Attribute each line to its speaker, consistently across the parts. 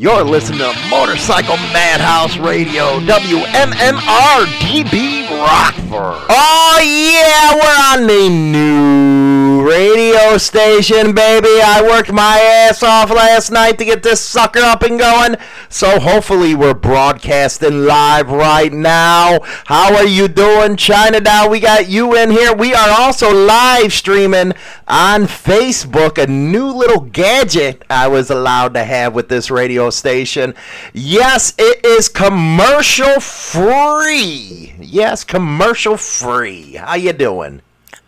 Speaker 1: You're listening to Motorcycle Madhouse Radio, WMMR DB Rockford.
Speaker 2: Oh yeah, we're on the new radio station, baby. I worked my ass off last night to get this sucker up and going. So hopefully we're broadcasting live right now. How are you doing, Chinatown? We got you in here. We are also live streaming on Facebook, a new little gadget I was allowed to have with this radio station. Yes, it is commercial free. Yes, commercial free. How you doing?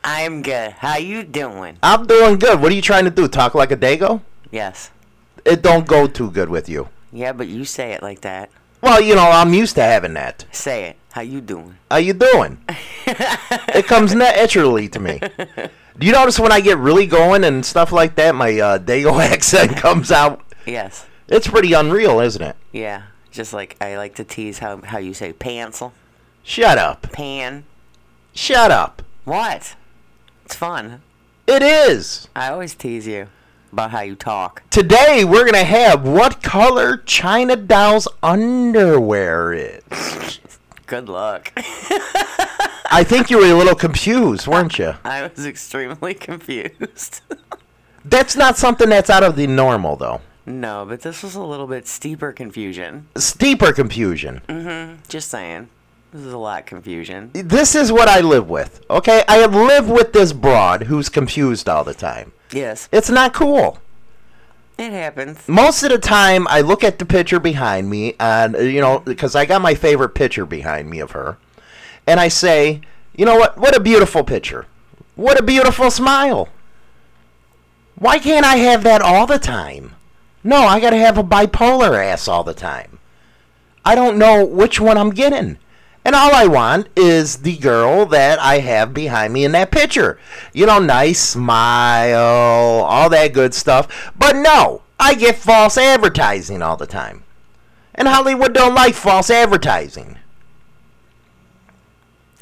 Speaker 3: I'm good. How you doing?
Speaker 2: I'm doing good. What are you trying to do? Talk like a dago?
Speaker 3: Yes.
Speaker 2: It don't go too good with you.
Speaker 3: Yeah, but you say it like that.
Speaker 2: Well, you know, I'm used to having that.
Speaker 3: Say it. How you doing?
Speaker 2: How you doing? it comes naturally to me. Do you notice when I get really going and stuff like that, my uh, dago accent comes out?
Speaker 3: Yes.
Speaker 2: It's pretty unreal, isn't it?
Speaker 3: Yeah. Just like I like to tease how how you say pencil,
Speaker 2: Shut up.
Speaker 3: pan.
Speaker 2: Shut up.
Speaker 3: What? It's fun.
Speaker 2: It is.
Speaker 3: I always tease you about how you talk.
Speaker 2: Today we're gonna have what color China Doll's underwear is.
Speaker 3: Good luck.
Speaker 2: I think you were a little confused, weren't you?
Speaker 3: I was extremely confused.
Speaker 2: That's not something that's out of the normal though.
Speaker 3: no, but this was a little bit steeper confusion.
Speaker 2: Steeper confusion.
Speaker 3: Just saying. This is a lot of confusion.
Speaker 2: This is what I live with. Okay, I live with this broad who's confused all the time.
Speaker 3: Yes.
Speaker 2: It's not cool.
Speaker 3: It happens.
Speaker 2: Most of the time, I look at the picture behind me, and uh, you know, because I got my favorite picture behind me of her, and I say, you know what? What a beautiful picture. What a beautiful smile. Why can't I have that all the time? No, I gotta have a bipolar ass all the time. I don't know which one I'm getting. And all I want is the girl that I have behind me in that picture. You know, nice smile, all that good stuff. But no, I get false advertising all the time. And Hollywood don't like false advertising.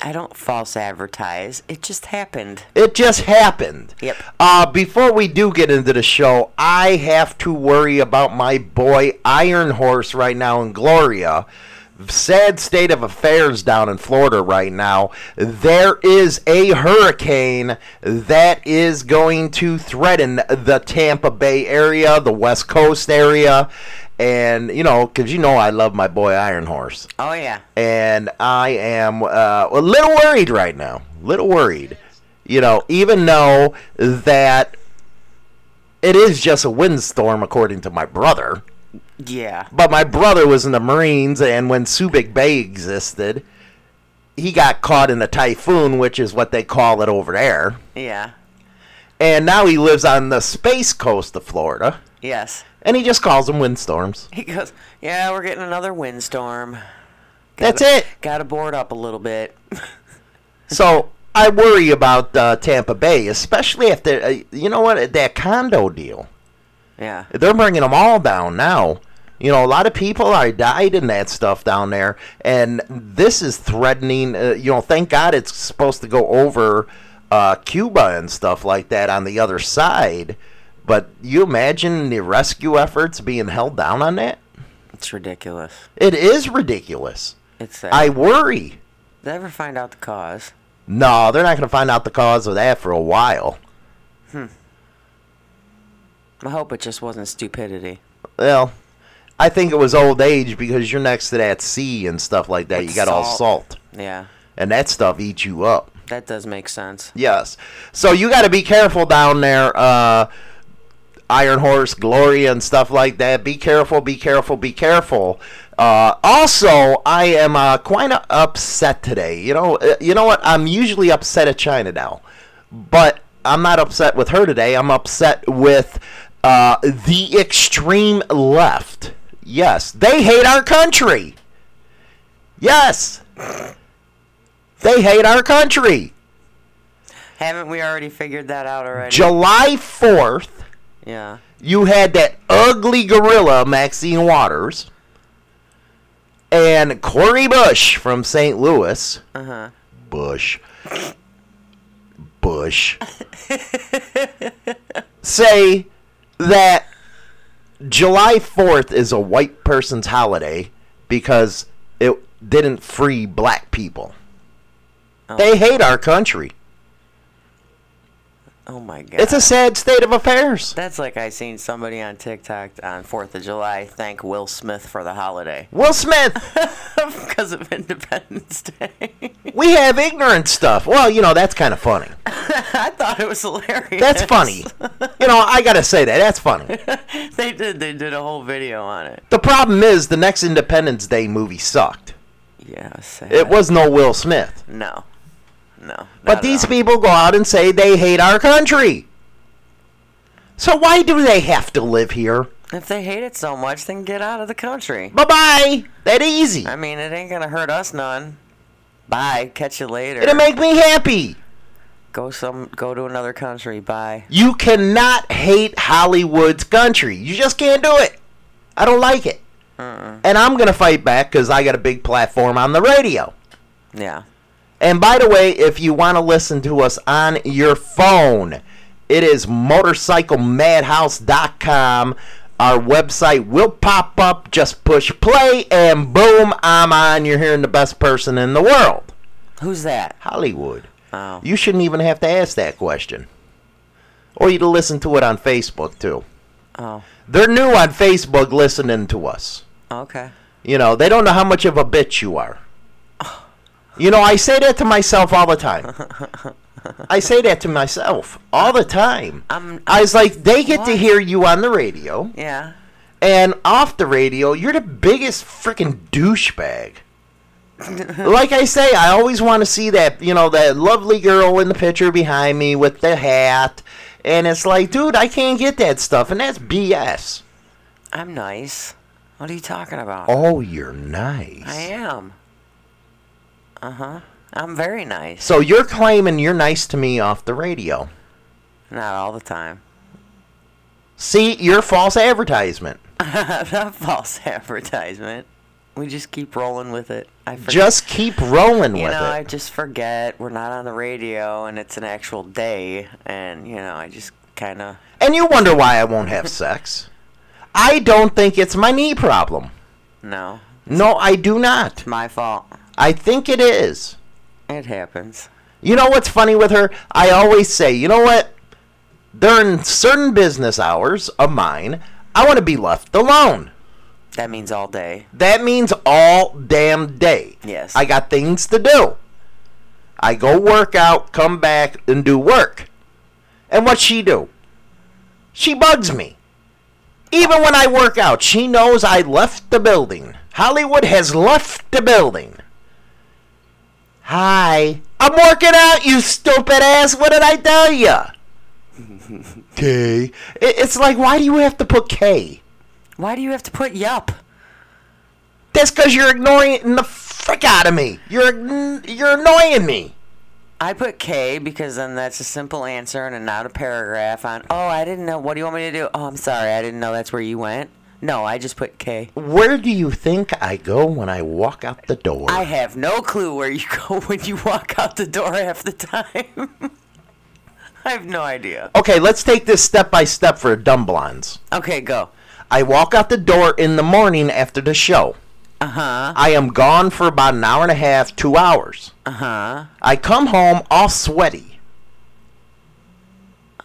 Speaker 3: I don't false advertise. It just happened.
Speaker 2: It just happened.
Speaker 3: Yep.
Speaker 2: Uh, before we do get into the show, I have to worry about my boy Iron Horse right now in Gloria. Sad state of affairs down in Florida right now. There is a hurricane that is going to threaten the Tampa Bay area, the West Coast area. And, you know, because you know I love my boy Iron Horse
Speaker 3: Oh yeah.
Speaker 2: and I am uh, a little worried right now. Little worried, you know. Even though that it is just a windstorm, according to my brother.
Speaker 3: Yeah.
Speaker 2: But my brother was in the Marines, and when Subic Bay existed, he got caught in a typhoon, which is what they call it over there.
Speaker 3: Yeah.
Speaker 2: And now he lives on the space coast of Florida,
Speaker 3: Yes.
Speaker 2: and he just calls them windstorms.
Speaker 3: He goes, Yeah, we're getting another windstorm.
Speaker 2: That's it.
Speaker 3: Gotta board up a little bit.
Speaker 2: So I worry about uh, Tampa Bay, especially after uh, you know what that condo deal.
Speaker 3: Yeah.
Speaker 2: They're bringing them all down now. You know, a lot of people are died in that stuff down there, and this is threatening. Uh, you know, thank God it's supposed to go over uh, Cuba and stuff like that on the other side. But you imagine the rescue efforts being held down on that?
Speaker 3: It's ridiculous.
Speaker 2: It is ridiculous.
Speaker 3: It's sad.
Speaker 2: I worry.
Speaker 3: Did I ever find out the cause?
Speaker 2: No, they're not going to find out the cause of that for a while.
Speaker 3: I hope it just wasn't stupidity.
Speaker 2: Well, I think it was old age because you're next to that sea and stuff like that.
Speaker 3: With
Speaker 2: you got all
Speaker 3: salt.
Speaker 2: salt,
Speaker 3: Yeah.
Speaker 2: and that stuff eats you up.
Speaker 3: That does make sense.
Speaker 2: Yes. So you got to be careful down there, uh, Iron Horse, Gloria, and stuff like that. Be careful, be careful, be careful. Uh, also, I am uh, quite uh, upset today. You know, uh, you know what? I'm usually upset at China now, but I'm not upset with her today. I'm upset with uh, the extreme left. Yes, they hate our country. Yes, they hate our country.
Speaker 3: Haven't we already figured that out already?
Speaker 2: July 4th,
Speaker 3: yeah.
Speaker 2: you had that ugly gorilla, Maxine Waters, and Corey Bush from St. Louis.
Speaker 3: Uh huh.
Speaker 2: Bush. Bush. say that July 4th is a white person's holiday because it didn't free black people. They hate our country.
Speaker 3: Oh my god.
Speaker 2: It's a sad state of affairs.
Speaker 3: That's like I seen somebody on TikTok on 4th of July thank Will Smith for the holiday
Speaker 2: Will Smith,
Speaker 3: because of Independence Day.
Speaker 2: we have ignorant stuff. Well, you know, that's kind of funny.
Speaker 3: I thought it was hilarious.
Speaker 2: That's funny. You know, I got to say that. That's funny.
Speaker 3: They did they did a whole video on it.
Speaker 2: The problem is the next Independence Day movie sucked.
Speaker 3: Yeah, sad.
Speaker 2: It was no Will Smith.
Speaker 3: no. No.
Speaker 2: But these people go out and say they hate our country. So why do they have to live here?
Speaker 3: If they hate it so much, then get out of the country.
Speaker 2: Bye bye. That easy.
Speaker 3: I mean, it ain't gonna hurt us none. Bye. Catch you later.
Speaker 2: It'll make me happy.
Speaker 3: go some. Go to another country. Bye.
Speaker 2: You cannot hate Hollywood's country. You just can't do it. I don't like it. And I'm going to fight back because I got a big platform on the radio.
Speaker 3: Yeah.
Speaker 2: And by the way, if you want to listen to us on your phone, it is motorcyclemadhouse.com. Our website will pop up. Just push play, and boom, I'm on. You're hearing the best person in the world
Speaker 3: Who's that?
Speaker 2: Hollywood.
Speaker 3: Oh.
Speaker 2: You shouldn't even have to ask that question. Or you'd listen to it on Facebook, too.
Speaker 3: Oh.
Speaker 2: They're new on Facebook listening to us.
Speaker 3: Okay.
Speaker 2: You know, they don't know how much of a bitch you are. You know, I say that to myself all the time. I say that to myself all the time.
Speaker 3: I'm-
Speaker 2: I was like, they get to
Speaker 3: Why?
Speaker 2: hear you on the radio,
Speaker 3: Yeah.
Speaker 2: and off the radio, you're the biggest freaking douchebag. like I say, I always want to see that, you know, that lovely girl in the picture behind me with the hat. And it's like, dude, I can't get that stuff, and that's BS.
Speaker 3: I'm nice. What are you talking about?
Speaker 2: Oh, you're nice.
Speaker 3: I am. Uh huh. I'm very nice.
Speaker 2: So you're claiming you're nice to me off the radio.
Speaker 3: Not all the time.
Speaker 2: See, you're false advertisement.
Speaker 3: Not false advertisement. We just keep rolling with it. I forget.
Speaker 2: Just keep rolling
Speaker 3: you
Speaker 2: with
Speaker 3: know, I
Speaker 2: it.
Speaker 3: just forget we're not on the radio and it's an actual day, and you know, I just kind of.
Speaker 2: And you wonder why I won't have sex. I don't think it's my knee problem.
Speaker 3: No.
Speaker 2: No, I do not.
Speaker 3: My fault.
Speaker 2: I think it is.
Speaker 3: It happens.
Speaker 2: You know what's funny with her? I always say, you know what? During certain business hours of mine, I want to be left alone.
Speaker 3: That means all day.
Speaker 2: That means all damn day.
Speaker 3: Yes.
Speaker 2: I got things to do. I go work out, come back, and do work. And what's she do? She bugs me. Even when I work out, she knows I left the building. Hollywood has left the building. Hi. I'm working out, you stupid ass. What did I tell ya? K. It's like, why do you have to put K?
Speaker 3: Why do you have to put yup?
Speaker 2: That's because you're ignoring the frick out of me. You're ign- you're annoying me.
Speaker 3: I put K because then that's a simple answer and not a paragraph on, oh, I didn't know. What do you want me to do? Oh, I'm sorry. I didn't know that's where you went. No, I just put K.
Speaker 2: Where do you think I go when I walk out the door?
Speaker 3: I have no clue where you go when you walk out the door half the time. I have no idea.
Speaker 2: okay, let's take this step by step for dumb blondes.
Speaker 3: Okay, go.
Speaker 2: I walk out the door in the morning after the show.
Speaker 3: Uh huh.
Speaker 2: I am gone for about an hour and a half, two hours.
Speaker 3: Uh huh.
Speaker 2: I come home all sweaty.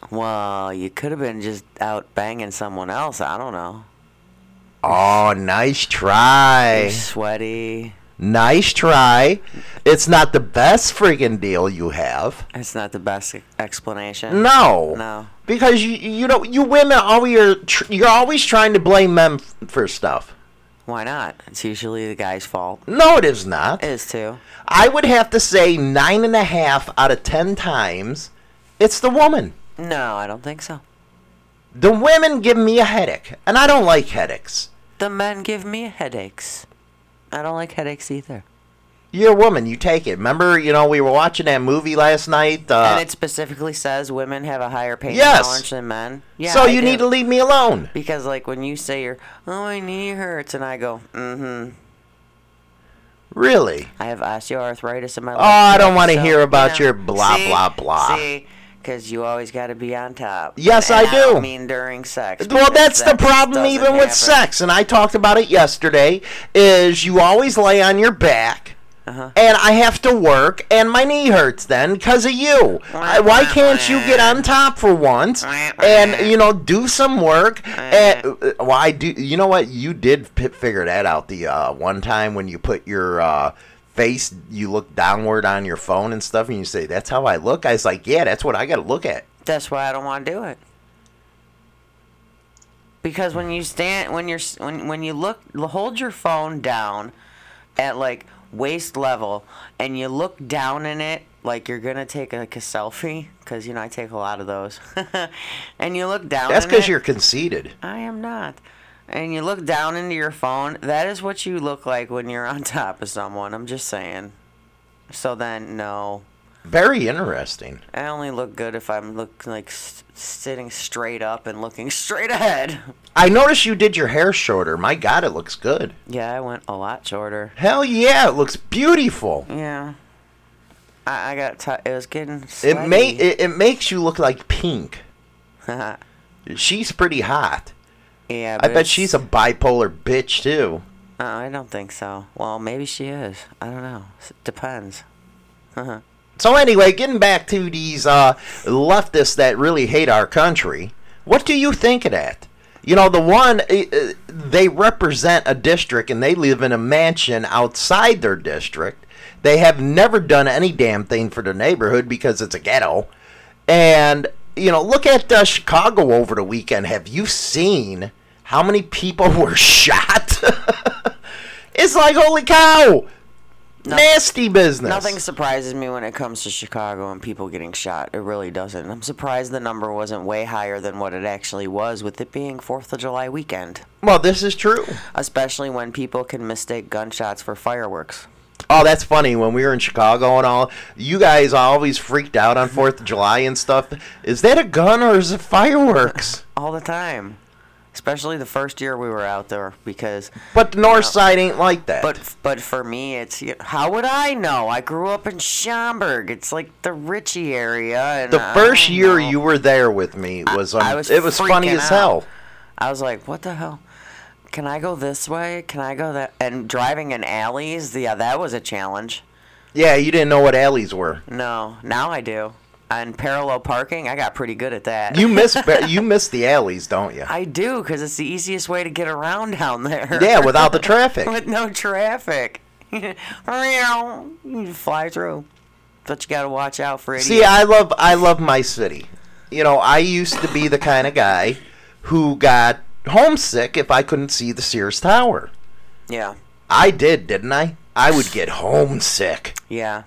Speaker 3: Well, you could have been just out banging someone else. I don't know.
Speaker 2: Oh, nice try.
Speaker 3: Sweaty.
Speaker 2: Nice try. It's not the best friggin' deal you have.
Speaker 3: That's not the best e- explanation.
Speaker 2: No.
Speaker 3: No.
Speaker 2: Because you you know you women always are tr- you're always trying to blame men f- for stuff.
Speaker 3: Why not? It's usually the guy's fault.
Speaker 2: No, it is not.
Speaker 3: It is too.
Speaker 2: I would have to say nine and a half out of ten times, it's the woman.
Speaker 3: No, I don't think so.
Speaker 2: The women give me a headache, and I don't like headaches.
Speaker 3: The men give me headaches. I don't like headaches either.
Speaker 2: You're a woman, you take it. Remember, you know, we were watching that movie last night. Uh,
Speaker 3: and it specifically says women have a higher pain
Speaker 2: Yes.
Speaker 3: tolerance than men. Yeah.
Speaker 2: so
Speaker 3: I
Speaker 2: you
Speaker 3: do.
Speaker 2: need to leave me alone.
Speaker 3: Because like when you say you're, oh my knee hurts, and I go, mm-hmm,
Speaker 2: Really?
Speaker 3: I have osteoarthritis in my. Oh,
Speaker 2: I don't wanna hear about your blah, blah, blah.
Speaker 3: See, Because you always got to be on top.
Speaker 2: Yes,
Speaker 3: And
Speaker 2: I
Speaker 3: don't
Speaker 2: do.
Speaker 3: mean during sex.
Speaker 2: Well,
Speaker 3: because
Speaker 2: that's the
Speaker 3: that just
Speaker 2: problem
Speaker 3: doesn't
Speaker 2: even with
Speaker 3: happen.
Speaker 2: sex, and I talked about it yesterday. Is you always lay on your back,
Speaker 3: Uh-huh.
Speaker 2: and I have to work, and my knee hurts then because of you. I, why can't you get on top for once and you know do some work? And uh, why do you know what you did p- figure that out the uh, one time when you put your. Uh, Face, you look downward on your phone and stuff, and you say, "That's how I look." I was like, "Yeah, that's what I got to look at."
Speaker 3: That's why I don't want to do it. Because when you stand, when you're, s- when when you look, hold your phone down at like waist level, and you look down in it like you're gonna take like a selfie. Because you know I take a lot of those, and you look down.
Speaker 2: That's
Speaker 3: in
Speaker 2: because
Speaker 3: it.
Speaker 2: you're conceited.
Speaker 3: I am not. And you look down into your phone. That is what you look like when you're on top of someone. I'm just saying. So then, no.
Speaker 2: Very interesting.
Speaker 3: I only look good if I'm look like s sitting straight up and looking straight ahead.
Speaker 2: I noticed you did your hair shorter. My God, it looks good.
Speaker 3: Yeah, I went a lot shorter.
Speaker 2: Hell yeah, it looks beautiful.
Speaker 3: Yeah. I, I got ti It was getting.
Speaker 2: It
Speaker 3: Sweaty.
Speaker 2: may it, it makes you look like pink.
Speaker 3: yeah.
Speaker 2: She's pretty hot. I
Speaker 3: but
Speaker 2: bet she's a bipolar bitch too.
Speaker 3: Uh, I don't think so. Well, maybe she is. I don't know. S- depends.
Speaker 2: So anyway, getting back to these uh, leftists that really hate our country, what do you think of that? You know, the one eh, eh, they represent a district and they live in a mansion outside their district. They have never done any damn thing for the neighborhood because it's a ghetto. And you know, look at uh, Chicago over the weekend. Have you seen how many people were shot? it's like holy cow. Nasty business.
Speaker 3: Nothing surprises me when it comes to Chicago and people getting shot. It really doesn't. I'm surprised the number wasn't way higher than what it actually was, with it being 4th of July weekend.
Speaker 2: Well, this is true.
Speaker 3: Especially when people can mistake gunshots for fireworks.
Speaker 2: Oh, that's funny. When we were in Chicago and all, you guys always freaked out on Fourth of July and stuff. Is that a gun or is it fireworks?
Speaker 3: All the time. Especially the first year we were out there, because.
Speaker 2: But the North Side ain't like that.
Speaker 3: But, but for me, it's you know, how would I know? I grew up in Schaumburg. It's like the Ritchie area. And
Speaker 2: the
Speaker 3: I
Speaker 2: first
Speaker 3: don't
Speaker 2: year
Speaker 3: know.
Speaker 2: you were there with me was, um,
Speaker 3: I was
Speaker 2: it was funny
Speaker 3: freaking
Speaker 2: as
Speaker 3: out.
Speaker 2: hell.
Speaker 3: I was like, what the hell? Can I go this way? Can I go that? And driving in alleys, yeah, that was a challenge.
Speaker 2: Yeah, you didn't know what alleys were.
Speaker 3: No, now I do. And parallel parking, I got pretty good at that.
Speaker 2: You miss ba- you miss the alleys, don't you?
Speaker 3: I do, because it's the easiest way to get around down there.
Speaker 2: Yeah, without the traffic.
Speaker 3: With no traffic. you can fly through. But you got to watch out for idiots.
Speaker 2: See, I love I love my city. You know, I used to be the kind of guy who got homesick if I couldn't see the Sears Tower.
Speaker 3: yeah,
Speaker 2: I did, didn't I? I would get homesick.
Speaker 3: yeah.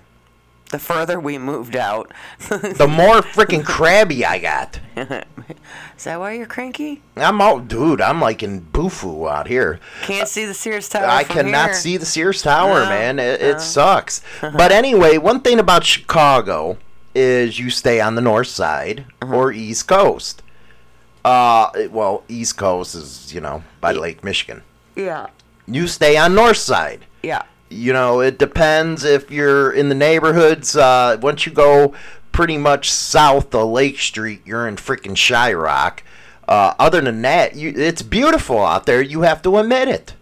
Speaker 3: The further we moved out, is
Speaker 2: The more freaking crabby I got.
Speaker 3: that why you're cranky?
Speaker 2: I'm out, dude. I'm like in Bufu out here.
Speaker 3: Can't see the Sears Tower.
Speaker 2: I
Speaker 3: from
Speaker 2: cannot
Speaker 3: here.
Speaker 2: see the Sears Tower,
Speaker 3: No,
Speaker 2: man. It, it sucks. But anyway, one thing about Chicago is you stay on the north side
Speaker 3: Uh-huh.
Speaker 2: or east coast. Uh, well, east coast is you know by
Speaker 3: E
Speaker 2: Lake Michigan.
Speaker 3: Yeah,
Speaker 2: You stay on north side.
Speaker 3: yeah.
Speaker 2: you know it depends if you're in the neighborhoods uh, once you go pretty much south of lake street you're in freaking shy rock uh, other than that you, it's beautiful out there you have to admit it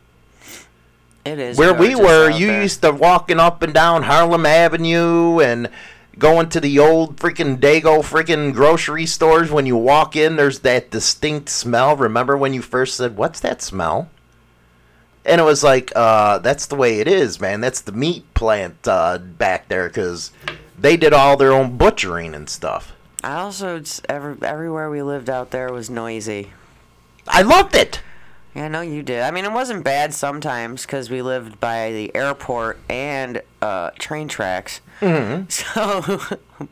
Speaker 3: It is
Speaker 2: where we
Speaker 3: gorgeous
Speaker 2: were
Speaker 3: out
Speaker 2: you
Speaker 3: there.
Speaker 2: used to walking up and down harlem avenue and going to the old freaking dago freaking grocery stores when you walk in there's that distinct smell remember when you first said what's that smell and it was like uh, that's the way it is man that's the meat plant uh, back there because they did all their own butchering and stuff
Speaker 3: I also it's every, everywhere we lived out there was noisy.
Speaker 2: i loved it
Speaker 3: Yeah, I know you did. I mean, it wasn't bad sometimes because we lived by the airport and uh, train tracks. Mm-hmm. So,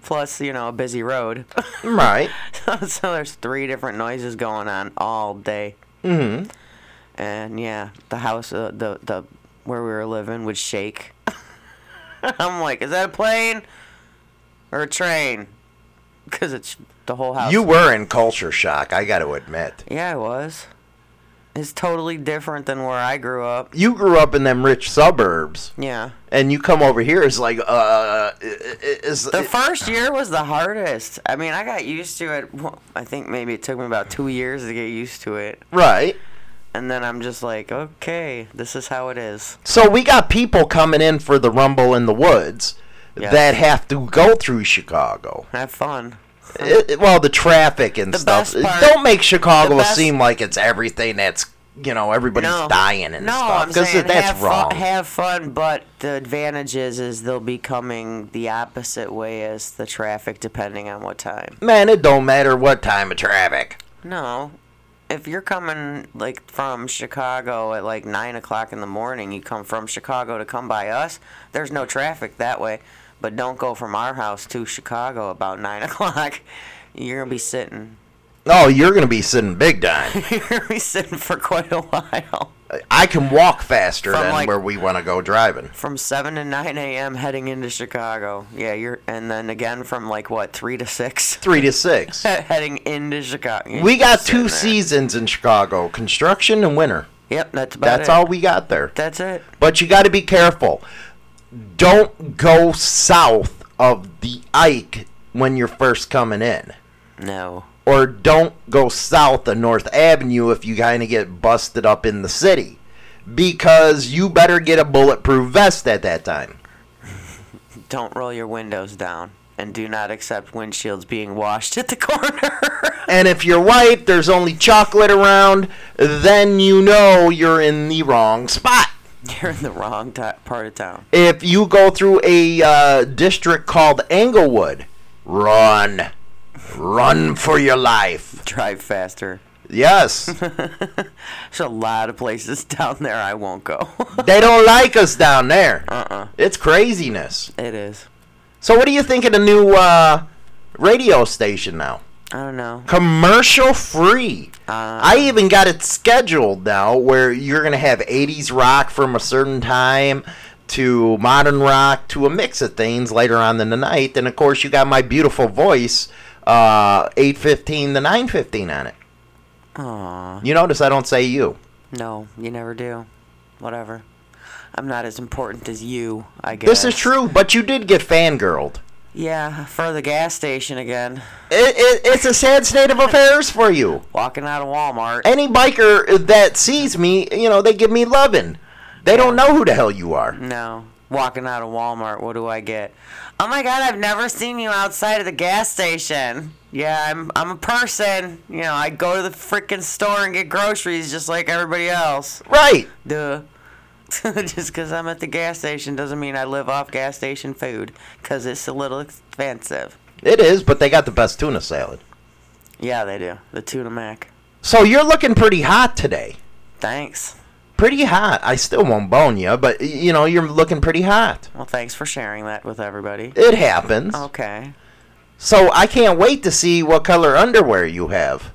Speaker 3: plus you know a busy road.
Speaker 2: right
Speaker 3: so, there's three different noises going on all day. Mm-hmm. And yeah, the house, uh, the the where we were living would shake. I'm like, is that a plane or a train? Because it's the whole house.
Speaker 2: you were in culture shock i gotta admit
Speaker 3: Yeah, I was. is totally different than where I grew up.
Speaker 2: You grew up in them rich suburbs,
Speaker 3: Yeah.
Speaker 2: and you come over here. It's like, uh, i- i- is
Speaker 3: The first year was the hardest. I mean, I got used to it. Well, I think maybe it took me about two years to get used to it.
Speaker 2: right?
Speaker 3: And then I'm just like, okay, this is how it is.
Speaker 2: So we got people coming in for the Rumble in the Woods
Speaker 3: Yes.
Speaker 2: that have to go through Chicago.
Speaker 3: Have fun.
Speaker 2: It, it- well, the traffic and
Speaker 3: Uh-huh. The
Speaker 2: stuff.
Speaker 3: best part-
Speaker 2: Don't make Chicago
Speaker 3: the best-
Speaker 2: seem like it's everything that's you know everybody's dying and
Speaker 3: no,
Speaker 2: stuff
Speaker 3: I'm saying
Speaker 2: that's
Speaker 3: have
Speaker 2: wrong.
Speaker 3: Fun, have fun, but the advantage is, is they'll be coming the opposite way as the traffic, depending on what time.
Speaker 2: Man, it don't matter what time of traffic.
Speaker 3: No, if you're coming like from Chicago at like nine o'clock in the morning, you come from Chicago to come by us. There's no traffic that way, but don't go from our house to Chicago about nine o'clock. You're gonna be sitting.
Speaker 2: Oh, you're gonna be sitting big time.
Speaker 3: You're gonna be sitting for quite a while.
Speaker 2: I can walk faster
Speaker 3: From,
Speaker 2: than
Speaker 3: like-
Speaker 2: where we want to go driving.
Speaker 3: From seven to nine a.m. heading into Chicago. Yeah, you're, and then again from like what three to six
Speaker 2: Three to six.
Speaker 3: heading into Chicago.
Speaker 2: we got
Speaker 3: Sitting
Speaker 2: two
Speaker 3: there.
Speaker 2: seasons in Chicago: construction and winter.
Speaker 3: Yep, that's about
Speaker 2: That's
Speaker 3: it.
Speaker 2: all we got there.
Speaker 3: That's it.
Speaker 2: But you got to be careful. Don't go south of the Ike when you're first coming in.
Speaker 3: No.
Speaker 2: Or don't go south of North Avenue if you kind of get busted up in the city. Because you better get a bulletproof vest at that time.
Speaker 3: Don't roll your windows down and do not accept windshields being washed at the corner.
Speaker 2: And if you're white, there's only chocolate around, then you know you're in the wrong spot.
Speaker 3: You're in the wrong ti part of town.
Speaker 2: If you go through a uh, district called Englewood, run. Run for your life.
Speaker 3: Drive faster.
Speaker 2: Yes.
Speaker 3: There's a lot of places down there I won't go.
Speaker 2: they don't like us down there. Uh-uh. It's craziness.
Speaker 3: it is.
Speaker 2: So what do you think of the new uh, radio station now?
Speaker 3: I don't know.
Speaker 2: Commercial free.
Speaker 3: Uh.
Speaker 2: I even got it scheduled now where you're going to have 80s rock from a certain time to modern rock to a mix of things later on in the night. And of course, you got my beautiful voice uh 815 to 915 on it.
Speaker 3: Aw.
Speaker 2: You notice I don't say you.
Speaker 3: No, you never do. Whatever. I'm not as important as you, I guess.
Speaker 2: This is true, but you did get fangirled.
Speaker 3: Yeah, for the gas station again.
Speaker 2: It, it, it's a sad state of affairs for you.
Speaker 3: Walking out of Walmart.
Speaker 2: Any biker that sees me, you know, they give me lovin'. They don't know who the hell you are.
Speaker 3: No. Walking out of Walmart, what do I get? Oh my god, I've never seen you outside of the gas station. Yeah, I'm I'm a person. You know, I go to the freaking store and get groceries just like everybody else.
Speaker 2: Right.
Speaker 3: Duh. just because I'm at the gas station doesn't mean I live off gas station food, 'cause it's a little expensive.
Speaker 2: It is, but they got the best tuna salad.
Speaker 3: Yeah, they do. The tuna mac.
Speaker 2: So you're looking pretty hot today.
Speaker 3: Thanks.
Speaker 2: Pretty hot. I still won't bone you, but y- you know, you're looking pretty hot.
Speaker 3: Well, thanks for sharing that with everybody.
Speaker 2: It happens.
Speaker 3: Oh. Okay.
Speaker 2: So I can't wait to see what color underwear you have.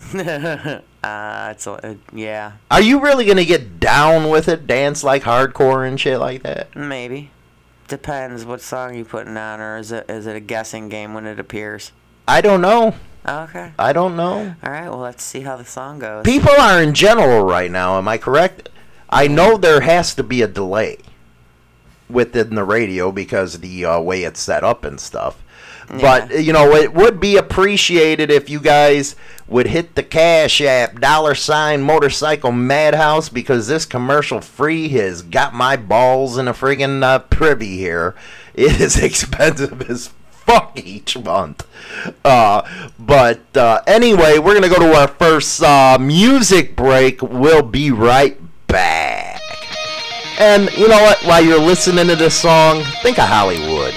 Speaker 3: Uh, it's a, uh, yeah,
Speaker 2: Are you really going to get down with it, dance like hardcore and shit like that?
Speaker 3: Maybe. Depends what song you putting on, or is it is it a guessing game when it appears?
Speaker 2: I don't know.
Speaker 3: Okay.
Speaker 2: I don't know.
Speaker 3: All right. Well, let's see how the song goes.
Speaker 2: people are in general right now. Am I correct? I know there has to be a delay within the radio because of the uh, way it's set up and stuff. But you know, it would be appreciated if you guys would hit the Cash App dollar sign motorcycle madhouse because this commercial free has got my balls in a friggin' uh, privy here. It is expensive as fuck each month. Uh, but uh, anyway, we're gonna go to our first uh, music break. We'll be right back. And you know what? While you're listening to this song, think of Hollywood.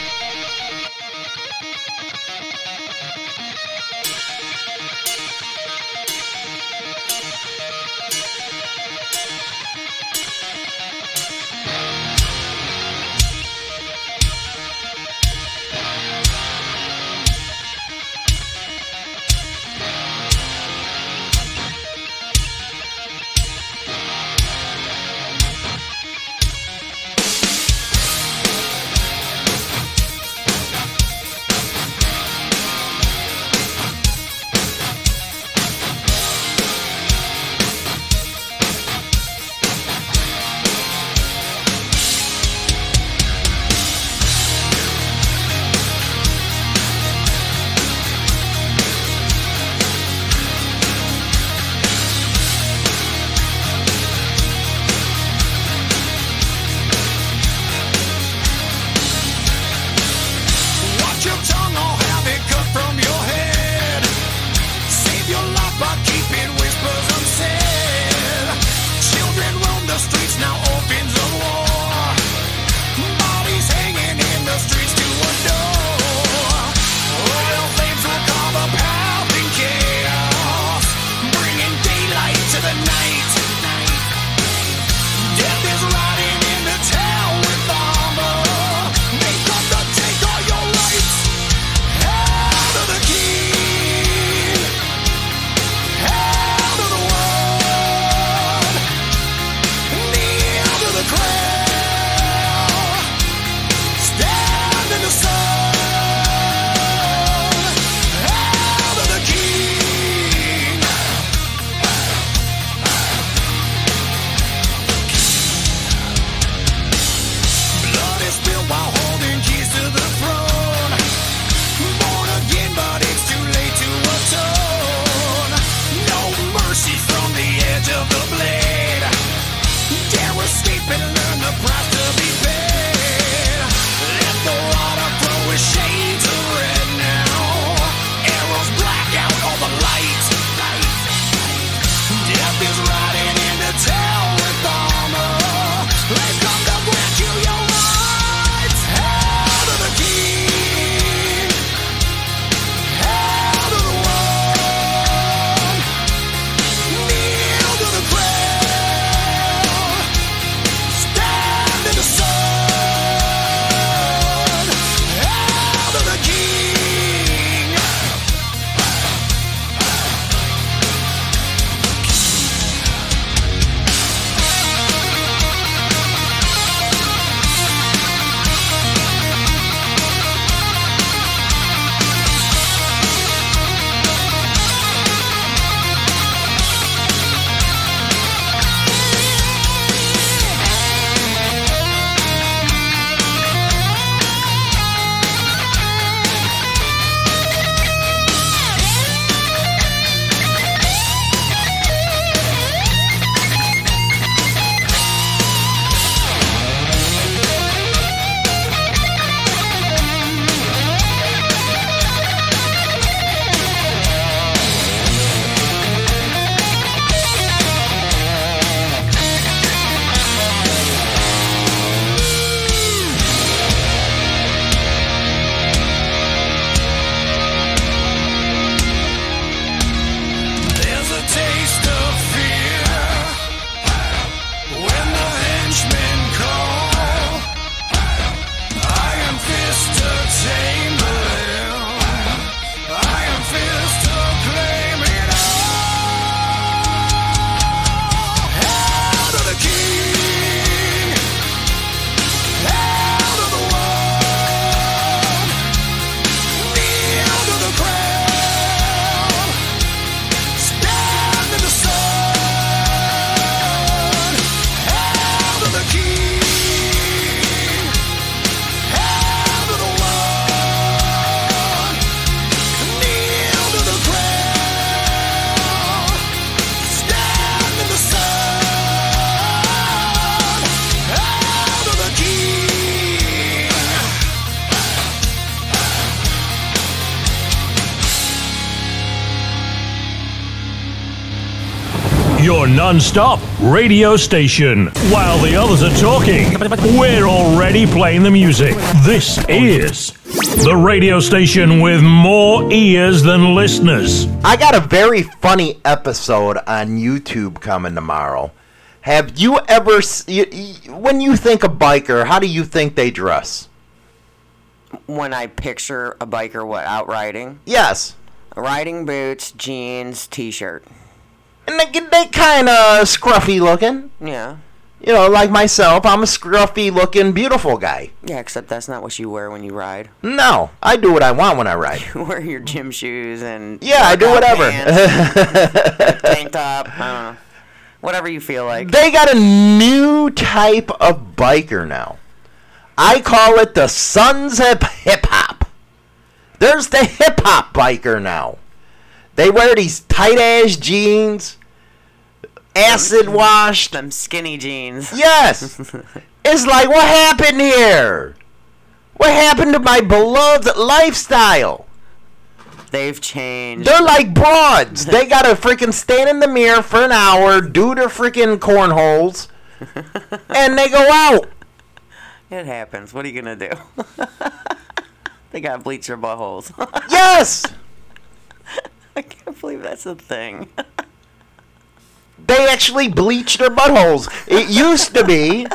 Speaker 4: Hollywood. Your non-stop radio station. While the others are talking, we're already playing the music. This is the radio station with more ears than listeners.
Speaker 2: I got a very funny episode on YouTube coming tomorrow. Have you ever, s- y y when you think a biker, how do you think they dress?
Speaker 3: When I picture a biker, what out riding,
Speaker 2: Yes.
Speaker 3: riding boots, jeans, t-shirt.
Speaker 2: And they, they kind of scruffy looking.
Speaker 3: Yeah,
Speaker 2: You know, like myself, I'm a scruffy looking, beautiful guy.
Speaker 3: yeah. Except that's not what you wear when you ride.
Speaker 2: No, I do what I want when I ride.
Speaker 3: You wear your gym shoes and
Speaker 2: Yeah, I do
Speaker 3: workout
Speaker 2: whatever.
Speaker 3: pants, tank top. I don't know. Whatever you feel like.
Speaker 2: They got a new type of biker now. I call it the sons of hip hop. There's the hip hop biker now. They wear these tight ass jeans, acid washed.
Speaker 3: Them skinny jeans.
Speaker 2: Yes. It's like, what happened here? What happened to my beloved lifestyle?
Speaker 3: They've changed.
Speaker 2: They're like broads. They gotta freaking stand in the mirror for an hour, do their freaking cornholes, and they go out.
Speaker 3: It happens. What are you gonna do? they gotta bleach your buttholes.
Speaker 2: Yes,
Speaker 3: I can't believe that's a thing.
Speaker 2: they actually bleach their buttholes. It used to be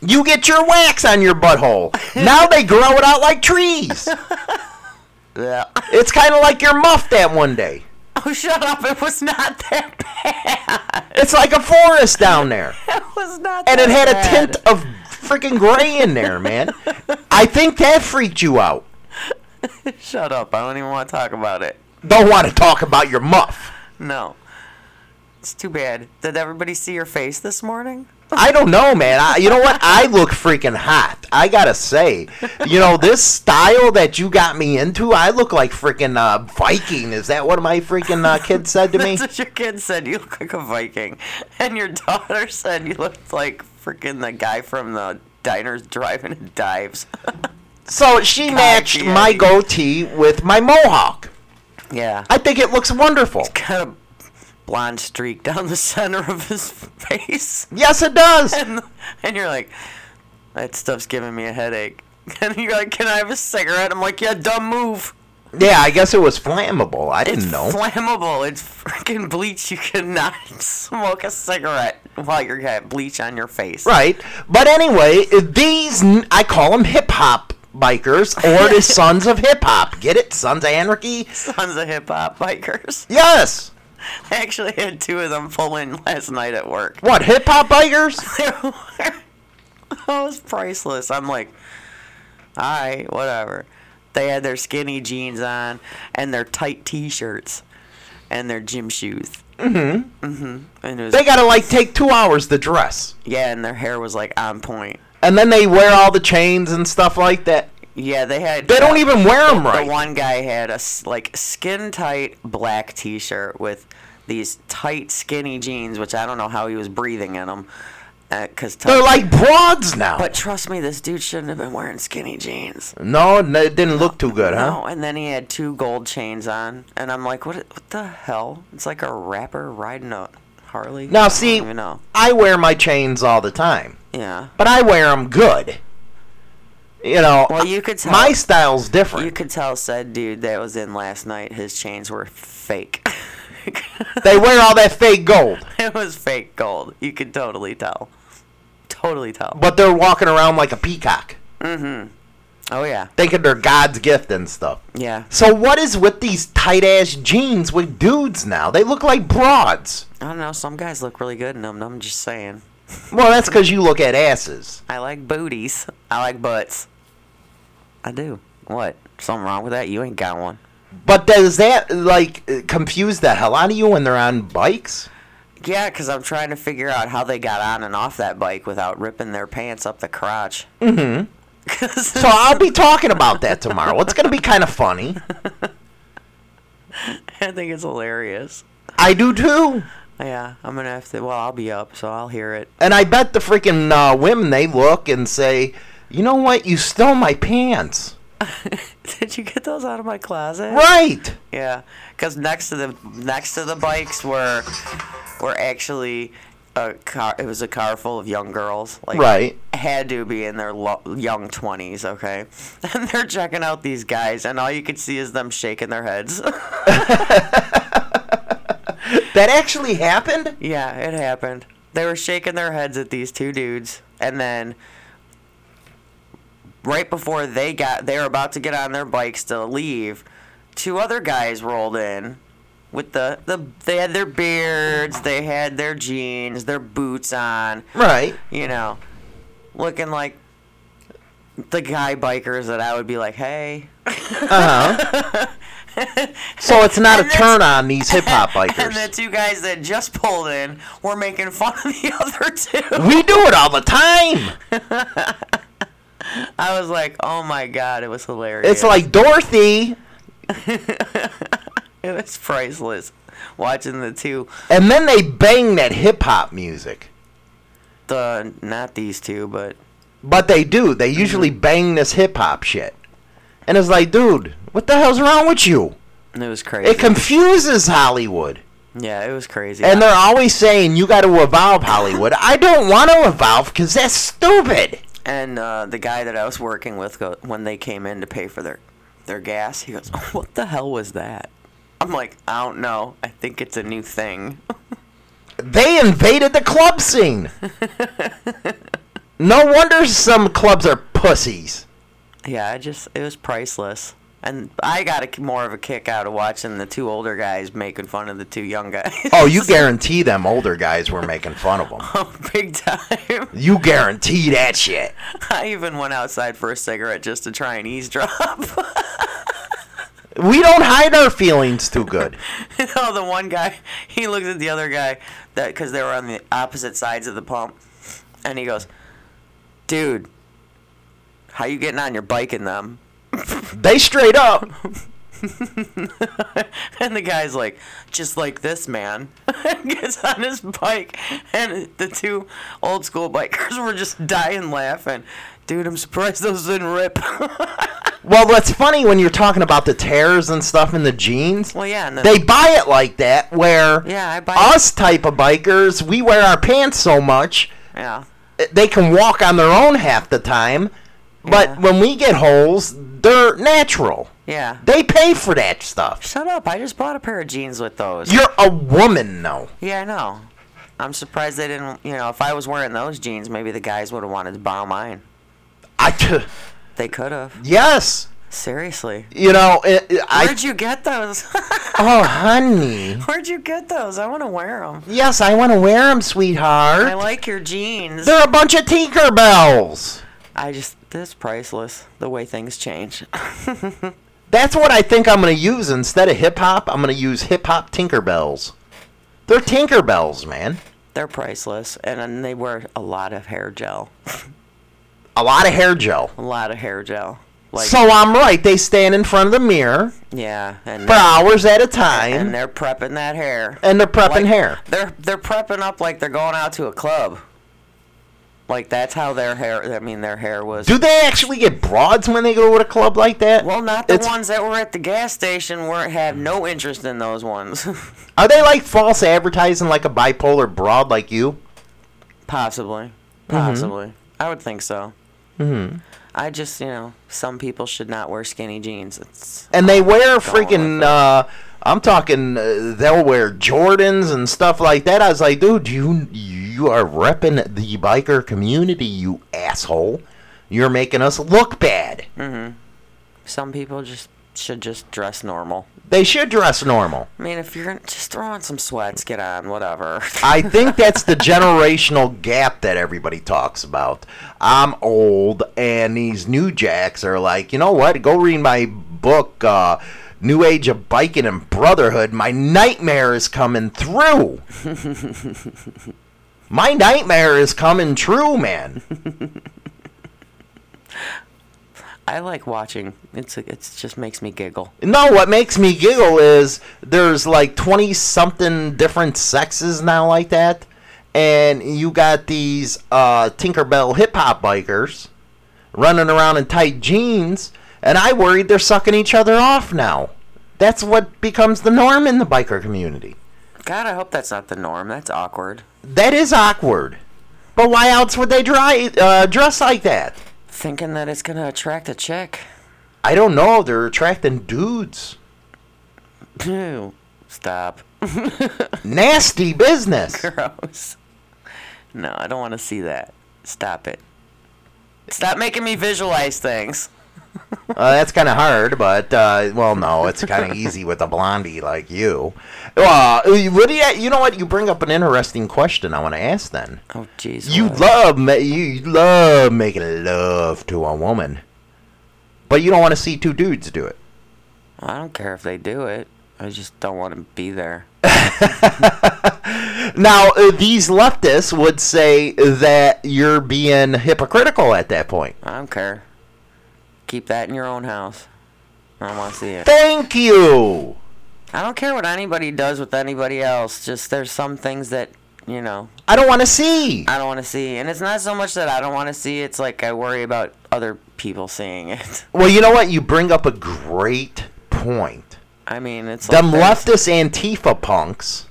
Speaker 2: you get your wax on your butthole. Now they grow it out like trees.
Speaker 3: Yeah.
Speaker 2: It's kind of like you're muffed that one day.
Speaker 3: Oh, shut up! It was not that bad.
Speaker 2: It's like a forest down there,
Speaker 3: It was not.
Speaker 2: and it
Speaker 3: that
Speaker 2: had a
Speaker 3: bad.
Speaker 2: tint of freaking gray in there, man. I think that freaked you out.
Speaker 3: Shut up! I don't even want to talk about it.
Speaker 2: Don't want to talk about your muff.
Speaker 3: No. It's too bad. Did everybody see your face this morning?
Speaker 2: I don't know, man. I, you know what? I look freaking hot. I gotta say, you know this style that you got me into. I look like freaking uh, Viking. Is that what my freaking uh, kid said to me?
Speaker 3: That's what your kid said. You look like a Viking, and your daughter said you looked like freaking the guy from the diners, driving and dives.
Speaker 2: So she matched
Speaker 3: yeah.
Speaker 2: my goatee with my mohawk.
Speaker 3: yeah.
Speaker 2: I think it looks wonderful.
Speaker 3: got a blonde streak down the center of his face.
Speaker 2: Yes, it does.
Speaker 3: And, and you're like, that stuff's giving me a headache. And you're like, can I have a cigarette? I'm like, yeah, dumb move.
Speaker 2: Yeah, I guess it was flammable. I
Speaker 3: It's
Speaker 2: didn't know.
Speaker 3: flammable. It's freaking bleach. You cannot smoke a cigarette while you got bleach on your face.
Speaker 2: Right. But anyway, these n- I call them hip hop bikers or the sons of hip hop. Get it? Sons of anarchy.
Speaker 3: Sons of hip hop bikers.
Speaker 2: Yes.
Speaker 3: I actually had two of them pull in last night at work.
Speaker 2: What hip hop bikers?
Speaker 3: that was priceless. I'm like, all right, whatever. They had their skinny jeans on and their tight T-shirts and their gym shoes. Mm-hmm. Mm-hmm. And it was,
Speaker 2: They gotta like take two hours to dress,
Speaker 3: yeah, and their hair was like on point.
Speaker 2: and then they wear all the chains and stuff like that.
Speaker 3: Yeah, they had.
Speaker 2: They don't even wear them
Speaker 3: The
Speaker 2: right.
Speaker 3: one guy had a s- like skin tight black T-shirt with these tight skinny jeans, which I don't know how he was breathing in them, because
Speaker 2: They're like broads now.
Speaker 3: But trust me, this dude shouldn't have been wearing skinny jeans.
Speaker 2: No, n- it didn't look too good, huh?
Speaker 3: No, and then he had two gold chains on, and I'm like, what? What the hell? It's like a rapper riding a Harley.
Speaker 2: Now see,
Speaker 3: you know,
Speaker 2: I wear my chains all the time,
Speaker 3: yeah.
Speaker 2: but I wear them good. You know,
Speaker 3: Well, you could tell.
Speaker 2: my style's different.
Speaker 3: you could tell said dude that was in last night. His chains were fake.
Speaker 2: They wear all that fake gold,
Speaker 3: it was fake gold. You could totally tell. Totally tell.
Speaker 2: but they're walking around like a peacock,
Speaker 3: Oh yeah,
Speaker 2: thinking they're God's gift and stuff.
Speaker 3: yeah.
Speaker 2: So what is with these tight ass jeans with dudes now? They look like broads.
Speaker 3: I don't know. Some guys look really good in them. I'm just saying.
Speaker 2: Well, that's because you look at asses.
Speaker 3: I like booties. I like butts. I do. What? Something wrong with that? You ain't got one.
Speaker 2: But does that like uh, confuse the hell out of you when they're on bikes?
Speaker 3: Yeah, 'cause I'm trying to figure out how they got on and off that bike without ripping their pants up the crotch. Mm-hmm.
Speaker 2: So I'll be talking about that tomorrow. It's gonna be kind of funny.
Speaker 3: I think it's hilarious.
Speaker 2: I do too,
Speaker 3: Yeah, I'm gonna have to. Well, I'll be up, so I'll hear it.
Speaker 2: and I bet the freaking uh, women they look and say, "You know what? You stole my pants."
Speaker 3: Did you get those out of my closet?
Speaker 2: Right.
Speaker 3: Yeah, because next to the next to the bikes were were actually a car. It was a car full of young girls. Like,
Speaker 2: Right.
Speaker 3: Had to be in their lo- young twenties. Okay, and they're checking out these guys, and all you could see is them shaking their heads.
Speaker 2: That actually happened?
Speaker 3: yeah, it happened. They were shaking their heads at these two dudes, and then. Right before they got, they were about to get on their bikes to leave. Two other guys rolled in with the, the they had their beards, they had their jeans, their boots on,
Speaker 2: Right.
Speaker 3: you know, looking like the guy bikers that I would be like, hey.
Speaker 2: So it's not a
Speaker 3: And that's-
Speaker 2: turn on these hip hop
Speaker 3: And the
Speaker 2: bikers.
Speaker 3: two guys that just pulled in were making fun of the other two.
Speaker 2: We do it all the time.
Speaker 3: I was like, oh my god, it was hilarious.
Speaker 2: It's like Dorothy
Speaker 3: it was priceless watching the two,
Speaker 2: and then they bang that hip hop music.
Speaker 3: the not these two, but
Speaker 2: But they do. They usually bang this hip hop shit. And it's like, dude, what the hell's wrong with you?
Speaker 3: it was crazy.
Speaker 2: It confuses Hollywood.
Speaker 3: yeah, it was crazy.
Speaker 2: And they're always saying you got to evolve Hollywood. I don't want to evolve because that's stupid.
Speaker 3: And uh, the guy that I was working with, go, when they came in to pay for their their gas, he goes, "Oh, "What the hell was that?" I'm like, "I don't know. I think it's a new thing."
Speaker 2: They invaded the club scene. no wonder some clubs are pussies.
Speaker 3: yeah, I just it was priceless, and I got a, k- more of a kick out of watching the two older guys making fun of the two young guys.
Speaker 2: Oh, you guarantee them older guys were making fun of them.
Speaker 3: Oh, big time.
Speaker 2: You guarantee that shit.
Speaker 3: I even went outside for a cigarette just to try and eavesdrop.
Speaker 2: We don't hide our feelings too good.
Speaker 3: oh, the one guy, he looks at the other guy that because they were on the opposite sides of the pump, and he goes, "Dude, how you getting on your bike in them?"
Speaker 2: They straight up.
Speaker 3: And the guy's like, "Just like this man," gets on his bike, and the two old school bikers were just dying laughing. Dude, I'm surprised those didn't rip.
Speaker 2: Well, that's funny when you're talking about the tears and stuff in the jeans.
Speaker 3: well, yeah, and then
Speaker 2: They buy it like that, where
Speaker 3: Yeah, I buy it.
Speaker 2: us type of bikers, we wear our pants so much eh,
Speaker 3: yeah,
Speaker 2: they can walk on their own half the time, but
Speaker 3: Yeah.
Speaker 2: when we get holes, they're natural.
Speaker 3: yeah.
Speaker 2: They pay for that stuff.
Speaker 3: Shut up! I just bought a pair of jeans with those.
Speaker 2: You're a woman, though.
Speaker 3: Yeah, I know. I'm surprised they didn't. You know, if I was wearing those jeans, maybe the guys would have wanted to buy mine.
Speaker 2: I c-
Speaker 3: They could have.
Speaker 2: yes,
Speaker 3: Seriously.
Speaker 2: you know, it, it- I
Speaker 3: Where'd you get those?
Speaker 2: oh honey,
Speaker 3: Where'd you get those? I want to wear them.
Speaker 2: yes, I want to wear them,
Speaker 3: I
Speaker 2: sweetheart.
Speaker 3: like your jeans.
Speaker 2: They're a bunch of Tinkerbells.
Speaker 3: I just this is priceless. The way things change.
Speaker 2: That's what I think I'm gonna use instead of hip hop. I'm gonna use hip hop Tinkerbells. They're Tinkerbells, man.
Speaker 3: They're priceless, and then they wear a lot of hair gel.
Speaker 2: A lot of hair gel.
Speaker 3: A lot of hair gel. Like
Speaker 2: So I'm right. They stand in front of the mirror
Speaker 3: yeah, and
Speaker 2: for hours at a
Speaker 3: and
Speaker 2: time,
Speaker 3: they're prepping that hair.
Speaker 2: and they're prepping
Speaker 3: Like,
Speaker 2: hair.
Speaker 3: They're they're prepping up like they're going out to a club. Like that's how their hair. I mean, their hair was.
Speaker 2: Do they actually get broads when they go to a club like that?
Speaker 3: well, not the
Speaker 2: It's-
Speaker 3: ones that were at the gas station were had no interest in those ones.
Speaker 2: Are they like false advertising, like a bipolar broad like you?
Speaker 3: possibly, possibly. I would think so. Hmm. I just you know some people should not wear skinny jeans. It's
Speaker 2: And they wear
Speaker 3: with
Speaker 2: freaking. Uh, I'm talking. Uh, they'll wear Jordans and stuff like that. I was like, dude, you you are repping the biker community, you asshole. You're making us look bad.
Speaker 3: some people just should just dress normal.
Speaker 2: They should dress normal.
Speaker 3: I mean, if you're gonna just throw on some sweats, get on whatever.
Speaker 2: I think that's the generational gap that everybody talks about. I'm old, and these new jacks are like, you know what? Go read my book, uh, New Age of Biking and Brotherhood. My nightmare is coming through. my nightmare is coming true, man.
Speaker 3: I like watching. It's it's just makes me giggle.
Speaker 2: No, what makes me giggle is there's like 20 something different sexes now, like that. And you got these uh, Tinkerbell hip hop bikers running around in tight jeans. And I worried they're sucking each other off now. That's what becomes the norm in the biker community.
Speaker 3: God, I hope that's not the norm. That's awkward.
Speaker 2: That is awkward. But why else would they dry, uh, dress like that?
Speaker 3: Thinking that it's gonna attract a chick.
Speaker 2: I don't know. They're attracting dudes.
Speaker 3: Ew. Stop.
Speaker 2: Nasty business.
Speaker 3: Gross. No, I don't want to see that. Stop it. Stop making me visualize things.
Speaker 2: Uh, that's kind of hard, but uh, well, no, it's kind of easy with a blondie like you. Uh, what do you, you know what? You bring up an interesting question. I want to ask then.
Speaker 3: Oh, jeez.
Speaker 2: You
Speaker 3: Will.
Speaker 2: love ma- you love making love to a woman, but you don't want to see two dudes do it.
Speaker 3: I don't care if they do it. I just don't want to be there.
Speaker 2: Now, uh, these leftists would say that you're being hypocritical at that point.
Speaker 3: I don't care. Keep that in your own house. I don't want to see it.
Speaker 2: Thank you.
Speaker 3: I don't care what anybody does with anybody else. Just there's some things that, you know,
Speaker 2: I don't want to see.
Speaker 3: I don't want to see. And it's not so much that I don't want to see, it's like I worry about other people seeing it.
Speaker 2: Well, you know what? You bring up a great point.
Speaker 3: I mean, it's
Speaker 2: Them
Speaker 3: like there's-
Speaker 2: leftist Antifa punks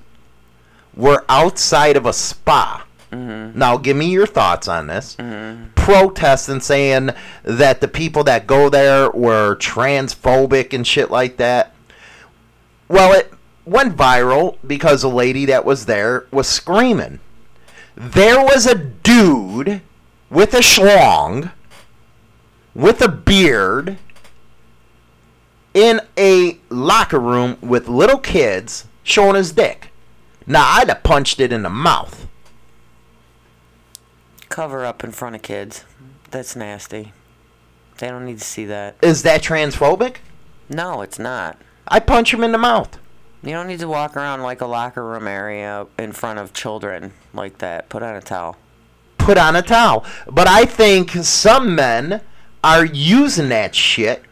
Speaker 2: were outside of a spa. Now, give me your thoughts on this. Protesting, saying that the people that go there were transphobic and shit like that. Well, it went viral because a lady that was there was screaming. There was a dude with a schlong, with a beard, in a locker room with little kids showing his dick. Now, I'd have punched it in the mouth.
Speaker 3: cover up in front of kids. That's nasty. They don't need to see that.
Speaker 2: Is that transphobic?
Speaker 3: No, it's not.
Speaker 2: I punch him in the mouth.
Speaker 3: You don't need to walk around like a locker room area in front of children like that. Put on a towel.
Speaker 2: Put on a towel. But I think some men are using that shit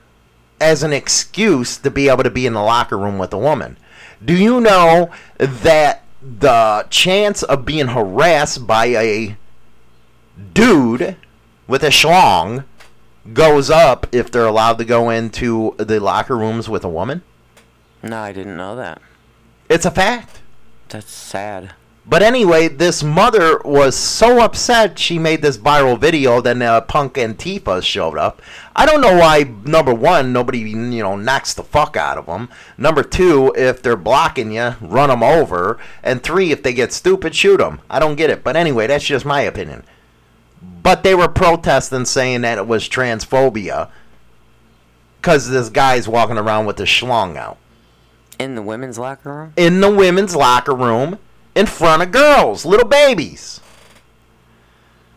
Speaker 2: as an excuse to be able to be in the locker room with a woman. Do you know that the chance of being harassed by a dude with a schlong goes up if they're allowed to go into the locker rooms with a woman?
Speaker 3: No, I didn't know that.
Speaker 2: It's a fact.
Speaker 3: That's sad.
Speaker 2: But anyway, this mother was so upset she made this viral video. Then uh, Punk Antifa showed up. I don't know why. Number one, nobody you know knocks the fuck out of them. Number two, if they're blocking you, run them over. And three, if they get stupid, shoot them. I don't get it. But anyway, that's just my opinion. But they were protesting, saying that it was transphobia because this guy's walking around with his schlong out
Speaker 3: In the women's locker room?
Speaker 2: in the women's locker room in front of girls, little babies.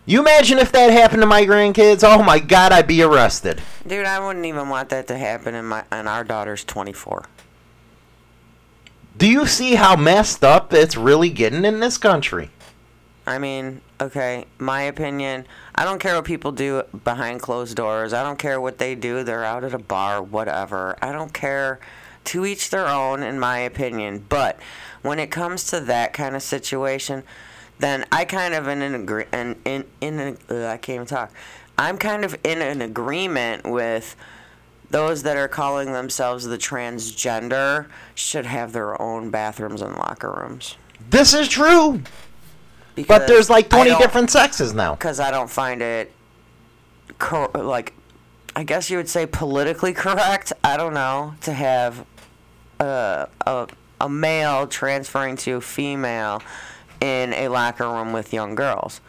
Speaker 2: You imagine if that happened to my grandkids? Oh my god, I'd be arrested.
Speaker 3: Dude, I wouldn't even want that to happen in my and our daughter's 24.
Speaker 2: Do you see how messed up it's really getting in this country?
Speaker 3: I mean, okay, my opinion. I don't care what people do behind closed doors. I don't care what they do. They're out at a bar, whatever. I don't care. To each their own, in my opinion. But when it comes to that kind of situation, then I kind of in an agree and in in an, ugh, I can't even talk. I'm kind of in an agreement with those that are calling themselves the transgender should have their own bathrooms and locker rooms.
Speaker 2: This is true, but
Speaker 3: Because
Speaker 2: there's like
Speaker 3: I
Speaker 2: 20
Speaker 3: don't-
Speaker 2: different sexes now.
Speaker 3: because I don't find it cor- like I guess you would say politically correct. I don't know to have uh, a a male transferring to a female in a locker room with young girls,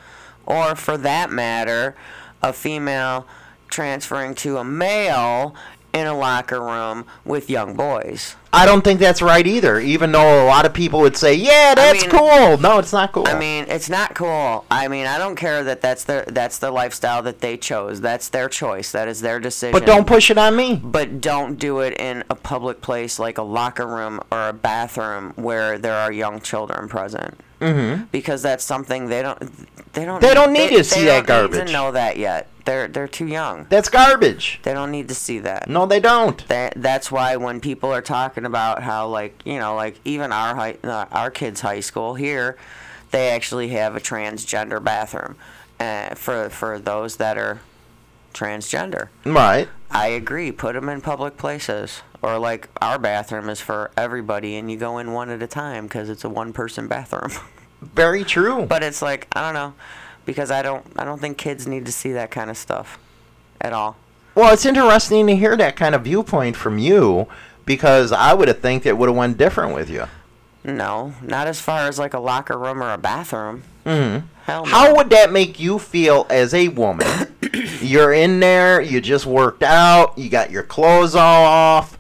Speaker 3: or for that matter, a female transferring to a male in a locker room with young boys.
Speaker 2: I don't think that's right either, even though a lot of people would say, yeah, that's
Speaker 3: mean-
Speaker 2: cool. No, it's not cool.
Speaker 3: I mean, it's not cool. I mean, I don't care that that's their that's the lifestyle that they chose. That's their choice. That is their decision.
Speaker 2: but don't push it on me.
Speaker 3: But don't do it in a public place like a locker room or a bathroom where there are young children present. Mm-hmm. Because that's something they don't they don't
Speaker 2: They don't need to see
Speaker 3: they
Speaker 2: that
Speaker 3: don't Need
Speaker 2: garbage.
Speaker 3: to know that yet. They're they're too young.
Speaker 2: That's garbage.
Speaker 3: They don't need to see that
Speaker 2: No, they don't.
Speaker 3: that that's why when people are talking about how like you know like even our high uh, our kids high school here they actually have a transgender bathroom uh, for for those that are transgender.
Speaker 2: Right.
Speaker 3: I agree. Put them in public places. Or like our bathroom is for everybody, and you go in one at a time because it's a one-person bathroom.
Speaker 2: Very true.
Speaker 3: but it's like I don't know, because I don't I don't think kids need to see that kind of stuff, at all.
Speaker 2: Well, it's interesting to hear that kind of viewpoint from you because I would have think it would have went different with you.
Speaker 3: No, not as far as like a locker room or a bathroom. Mm-hmm. Hell no.
Speaker 2: How would that make you feel as a woman? You're in there, you just worked out, you got your clothes all off,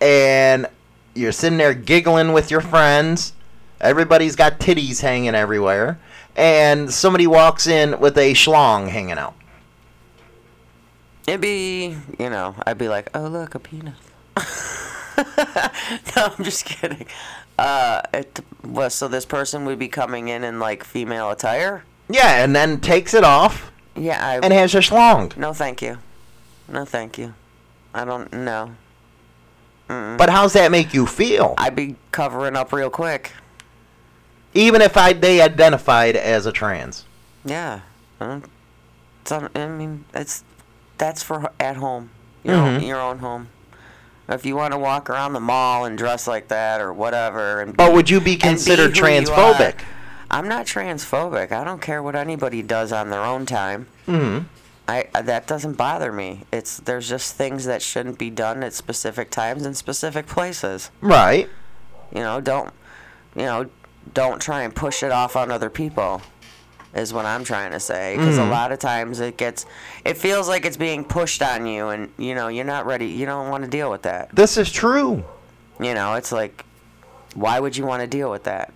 Speaker 2: and you're sitting there giggling with your friends. Everybody's got titties hanging everywhere, and somebody walks in with a schlong hanging out.
Speaker 3: It'd be, you know, I'd be like, oh, look, a penis. no, I'm just kidding. Uh, it, well, so this person would be coming in in like female attire?
Speaker 2: Yeah, and then takes it off
Speaker 3: Yeah, I.
Speaker 2: and has a schlong.
Speaker 3: no, thank you. No, thank you. I don't know.
Speaker 2: But how's that make you feel?
Speaker 3: I'd be covering up real quick.
Speaker 2: Even if I they identified as a trans.
Speaker 3: Yeah. Uh, It's on, I mean, it's that's for at home, your own, your own home. If you want to walk around the mall and dress like that or whatever, and
Speaker 2: But would you be
Speaker 3: and be
Speaker 2: considered
Speaker 3: who you
Speaker 2: Oh, transphobic?
Speaker 3: are. I'm not transphobic. I don't care what anybody does on their own time. Mm-hmm. I uh, that doesn't bother me. It's there's just things that shouldn't be done at specific times and specific places.
Speaker 2: Right.
Speaker 3: You know, don't you know, don't try and push it off on other people. Is what I'm trying to say. Because a lot of times it gets, it feels like it's being pushed on you, and you know you're not ready. You don't want to deal with that.
Speaker 2: This is true.
Speaker 3: You know, it's like, why would you want to deal with that?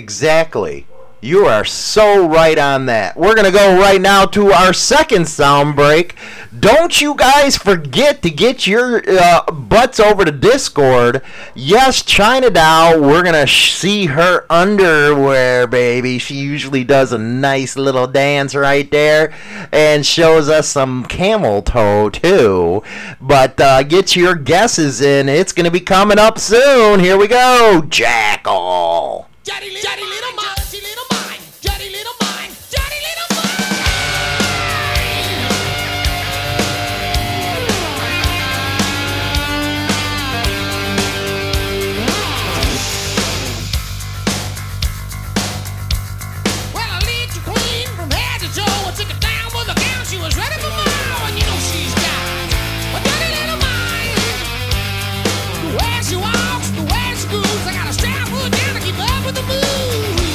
Speaker 2: Exactly. You are so right on that. We're going to go right now to our second sound break. Don't you guys forget to get your uh, butts over to Discord. Yes, China Dow, we're going to sh- see her underwear, baby. She usually does a nice little dance right there and shows us some camel toe, too. But uh, get your guesses in. It's going to be coming up soon. Here we go, Jackal.
Speaker 5: Dirty little, dirty little mind, dirty little mind, dirty little mind, dirty little mind. Well, I lead you queen from head to toe. I took her down with a gown. She was ready for more, and you know she's got a dirty little mind. The way she walks, the way she moves, I gotta strap her down to keep up with the moves.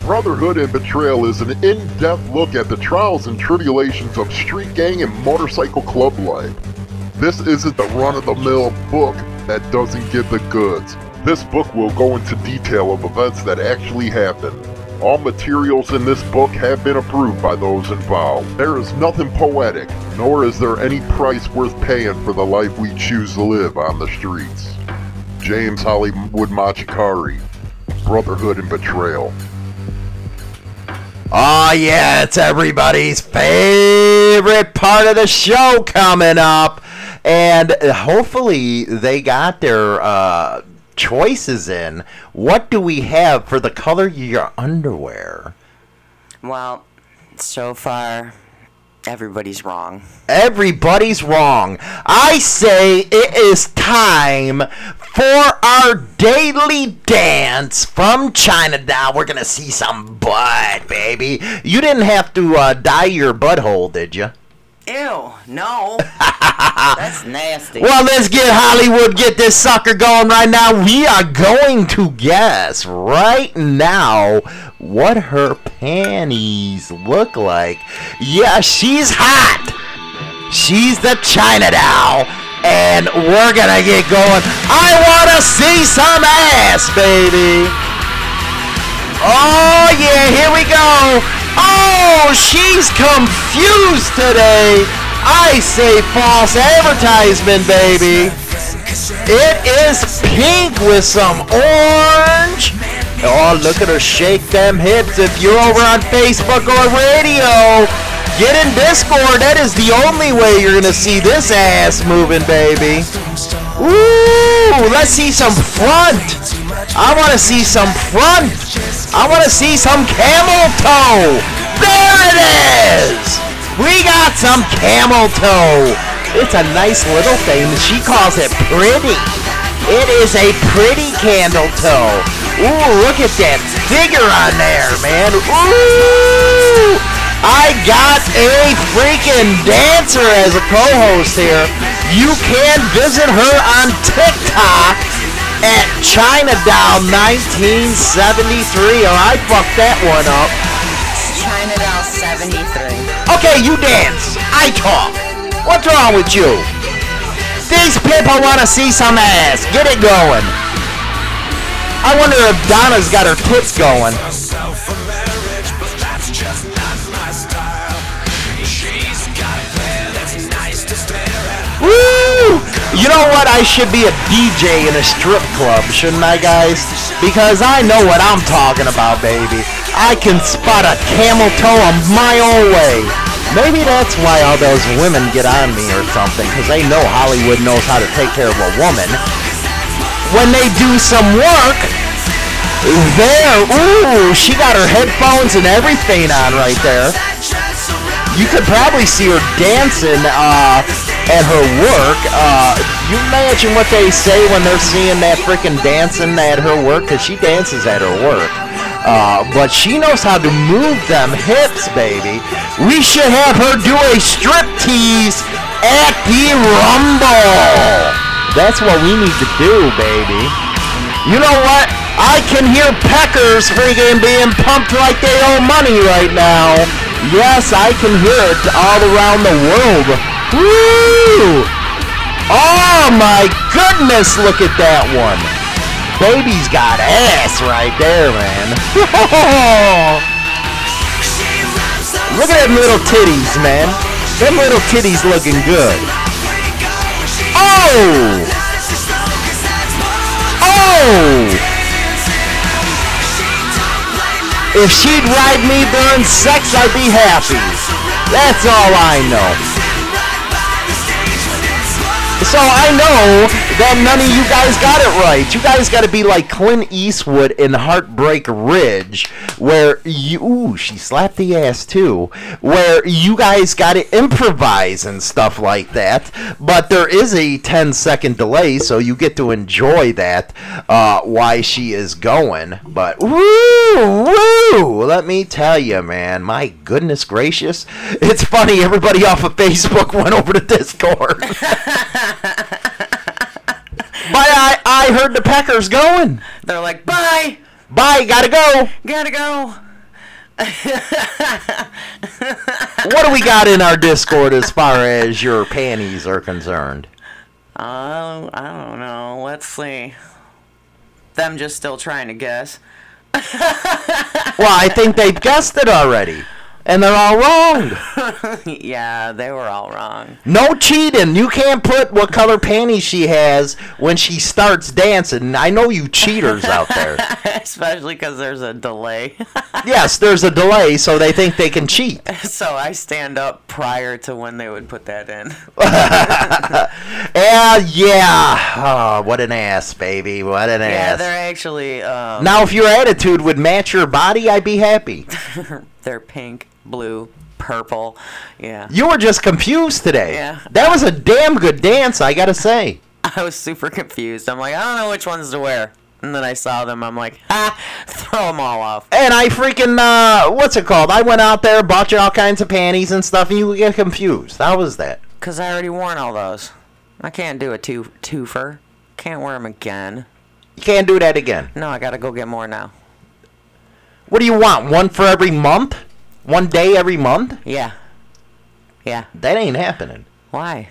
Speaker 6: Brotherhood and Betrayal is an in depth look at the trials and tribulations of street gang and motorcycle club life. This isn't the run of the mill book that doesn't give the goods. This book will go into detail of events that actually happened. All materials in this book have been approved by those involved. There is nothing poetic, nor is there any price worth paying for the life we choose to live on the streets. James Hollywood Machikari, Brotherhood and Betrayal.
Speaker 2: Oh, yeah, it's everybody's favorite part of the show coming up. And uh, hopefully they got their uh, choices in. What do we have for the color of your underwear?
Speaker 3: Well, so far, everybody's wrong.
Speaker 2: Everybody's wrong. I say it is time for our daily dance from Chinatown. We're gonna see some butt, baby. You didn't have to uh, dye your butthole, did you?
Speaker 3: Ew, no. That's nasty.
Speaker 2: Well, let's get Hollywood, get this sucker going right now. We are going to guess right now what her panties look like. Yeah, she's hot. She's the China doll. And we're gonna get going. I wanna see some ass, baby. Oh, yeah, here we go. Oh, she's confused today. I say false advertisement, baby. It is pink with some orange. Oh, look at her shake them hips. If you're over on Facebook or radio, get in Discord. That is the only way you're going to see this ass moving, baby. Ooh, let's see some front. I want to see some front. I want to see some camel toe. There it is. We got some camel toe. It's a nice little thing. She calls it pretty. It is a pretty candle toe. Ooh, look at that figure on there, man. Ooh, I got a freaking dancer as a co-host here. You can visit her on TikTok at ChinaDoll1973. Or I fucked that one up.
Speaker 7: Chinatown 73.
Speaker 2: Okay, you dance. I talk. What's wrong with you? These people want to see some ass. Get it going. I wonder if Donna's got her tits going. Woo! You know what? I should be a DJ in a strip club, shouldn't I, guys? Because I know what I'm talking about, baby. I can spot a camel toe a mile away. Maybe that's why all those women get on me or something, because they know Hollywood knows how to take care of a woman. When they do some work, there, ooh, she got her headphones and everything on right there you could probably see her dancing uh, at her work. Uh, you imagine what they say when they're seeing that freaking dancing at her work, because she dances at her work. Uh, but she knows how to move them hips, baby. We should have her do a strip tease at the Rumble. That's what we need to do, baby. You know what? I can hear peckers freaking being pumped like they owe money right now. Yes, I can hear it all around the world. Woo! Oh my goodness, look at that one. Baby's got ass right there, man. look at them little titties, man. Them little titties looking good. Oh! Oh! If she'd ride me during sex, I'd be happy. That's all I know. So I know that none of you guys got it right. You guys got to be like Clint Eastwood in Heartbreak Ridge, where you ooh, she slapped the ass too, where you guys got to improvise and stuff like that. But there is a 10 second delay, so you get to enjoy that uh, why she is going. But woo, woo, let me tell you, man, my goodness gracious, it's funny. Everybody off of Facebook went over to Discord. But I, I heard the Packers going.
Speaker 3: They're like, bye,
Speaker 2: Bye, gotta go.
Speaker 3: gotta go.
Speaker 2: what do we got in our Discord as far as your panties are concerned?
Speaker 3: Oh, I don't know. Let's see. Them just still trying to guess.
Speaker 2: Well, I think they've guessed it already. And they're all wrong.
Speaker 3: yeah, they were all wrong.
Speaker 2: No cheating. You can't put what color panties she has when she starts dancing. I know you cheaters out there.
Speaker 3: Especially because there's a delay.
Speaker 2: Yes, there's a delay, so they think they can cheat.
Speaker 3: so I stand up prior to when they would put that in.
Speaker 2: Yeah, Ah, yeah. Oh, what an ass, baby. What an
Speaker 3: Yeah,
Speaker 2: ass.
Speaker 3: they're actually, um,
Speaker 2: Now, if your attitude would match your body, I'd be happy.
Speaker 3: they're pink, blue, purple. Yeah.
Speaker 2: You were just confused today.
Speaker 3: Yeah.
Speaker 2: That was a damn good dance, I gotta say.
Speaker 3: I was super confused. I'm like, I don't know which ones to wear. And then I saw them. I'm like, ha, throw them all off.
Speaker 2: And I freaking, uh, what's it called? I went out there, bought you all kinds of panties and stuff, and you get confused. How was that?
Speaker 3: Because I already worn all those. I can't do a two twofer. Can't wear them again.
Speaker 2: You can't do that again.
Speaker 3: No, I gotta go get more now.
Speaker 2: What do you want? One for every month? One day every month?
Speaker 3: Yeah. Yeah.
Speaker 2: That ain't happening.
Speaker 3: Why?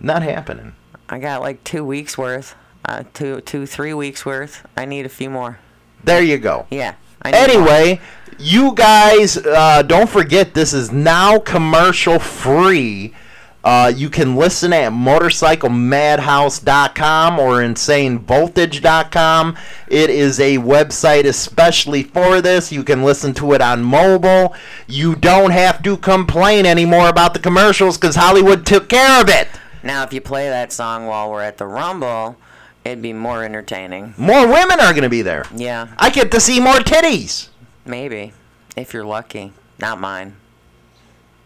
Speaker 2: Not happening.
Speaker 3: I got like two weeks worth. Uh, two, two, three weeks worth. I need a few more.
Speaker 2: There you go.
Speaker 3: Yeah. I need
Speaker 2: Anyway, you guys uh, don't forget this is now commercial free. Uh, you can listen at motorcyclemadhouse.com or insanevoltage.com. It is a website especially for this. You can listen to it on mobile. You don't have to complain anymore about the commercials because Hollywood took care of it.
Speaker 3: Now, if you play that song while we're at the Rumble, it'd be more entertaining.
Speaker 2: More women are going to be there.
Speaker 3: Yeah,
Speaker 2: I get to see more titties.
Speaker 3: maybe. If you're lucky. Not mine.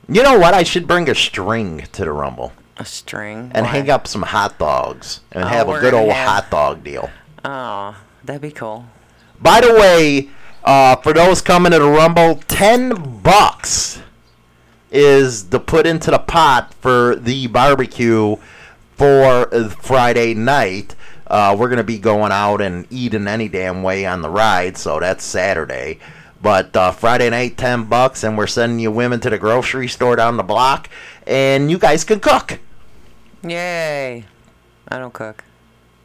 Speaker 2: You know what? I should bring a string to the Rumble.
Speaker 3: A string.
Speaker 2: and
Speaker 3: Why?
Speaker 2: hang up some hot dogs and
Speaker 3: Oh,
Speaker 2: have a
Speaker 3: we're
Speaker 2: good
Speaker 3: gonna
Speaker 2: old
Speaker 3: have-
Speaker 2: hot dog deal.
Speaker 3: Oh, that'd be cool.
Speaker 2: By the way, uh, for those coming to the Rumble, ten bucks is the put into the pot for the barbecue for uh, Friday night. Uh, we're gonna be going out and eating any damn way on the ride, so that's Saturday. But uh, Friday night, ten bucks, and we're sending you women to the grocery store down the block, and you guys can cook.
Speaker 3: Yay. I don't cook.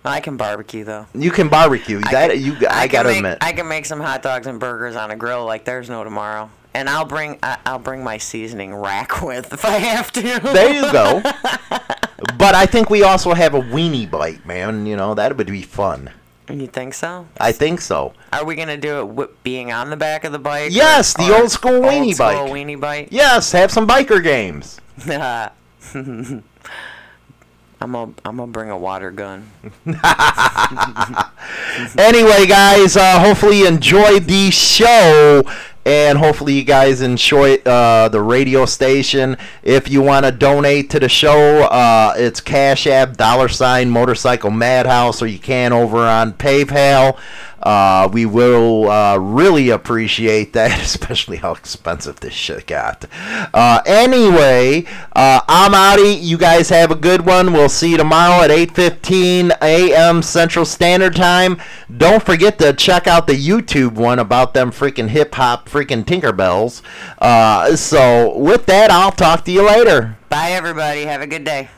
Speaker 3: I can barbecue, though.
Speaker 2: You can barbecue. that you, I,
Speaker 3: can
Speaker 2: gotta
Speaker 3: make,
Speaker 2: admit.
Speaker 3: I can make some hot dogs and burgers on a grill like there's no tomorrow. And I'll bring I, I'll bring my seasoning rack with if I have to.
Speaker 2: There you go. but I think we also have a weenie bite, man. You know that would be fun.
Speaker 3: you think so?
Speaker 2: I think so.
Speaker 3: Are we gonna do it wi- being on the back of the bike?
Speaker 2: Yes, the old school weenie
Speaker 3: old school
Speaker 2: bike.
Speaker 3: Weenie bike.
Speaker 2: Yes, have some biker games.
Speaker 3: I'm gonna I'm gonna bring a water gun.
Speaker 2: Anyway, guys, uh, hopefully you enjoyed the show. And hopefully you guys enjoy uh, the radio station. If you want to donate to the show, uh, it's Cash App, dollar sign, motorcycle madhouse, or you can over on PayPal. Uh, we will uh, really appreciate that, especially how expensive this shit got. Uh, anyway, uh, I'm outie. You guys have a good one. We'll see you tomorrow at 8:15 a.m. Central Standard Time. Don't forget to check out the YouTube one about them freaking hip hop freaking Tinkerbells. Uh, so with that, I'll talk to you later.
Speaker 3: Bye, everybody. Have a good day.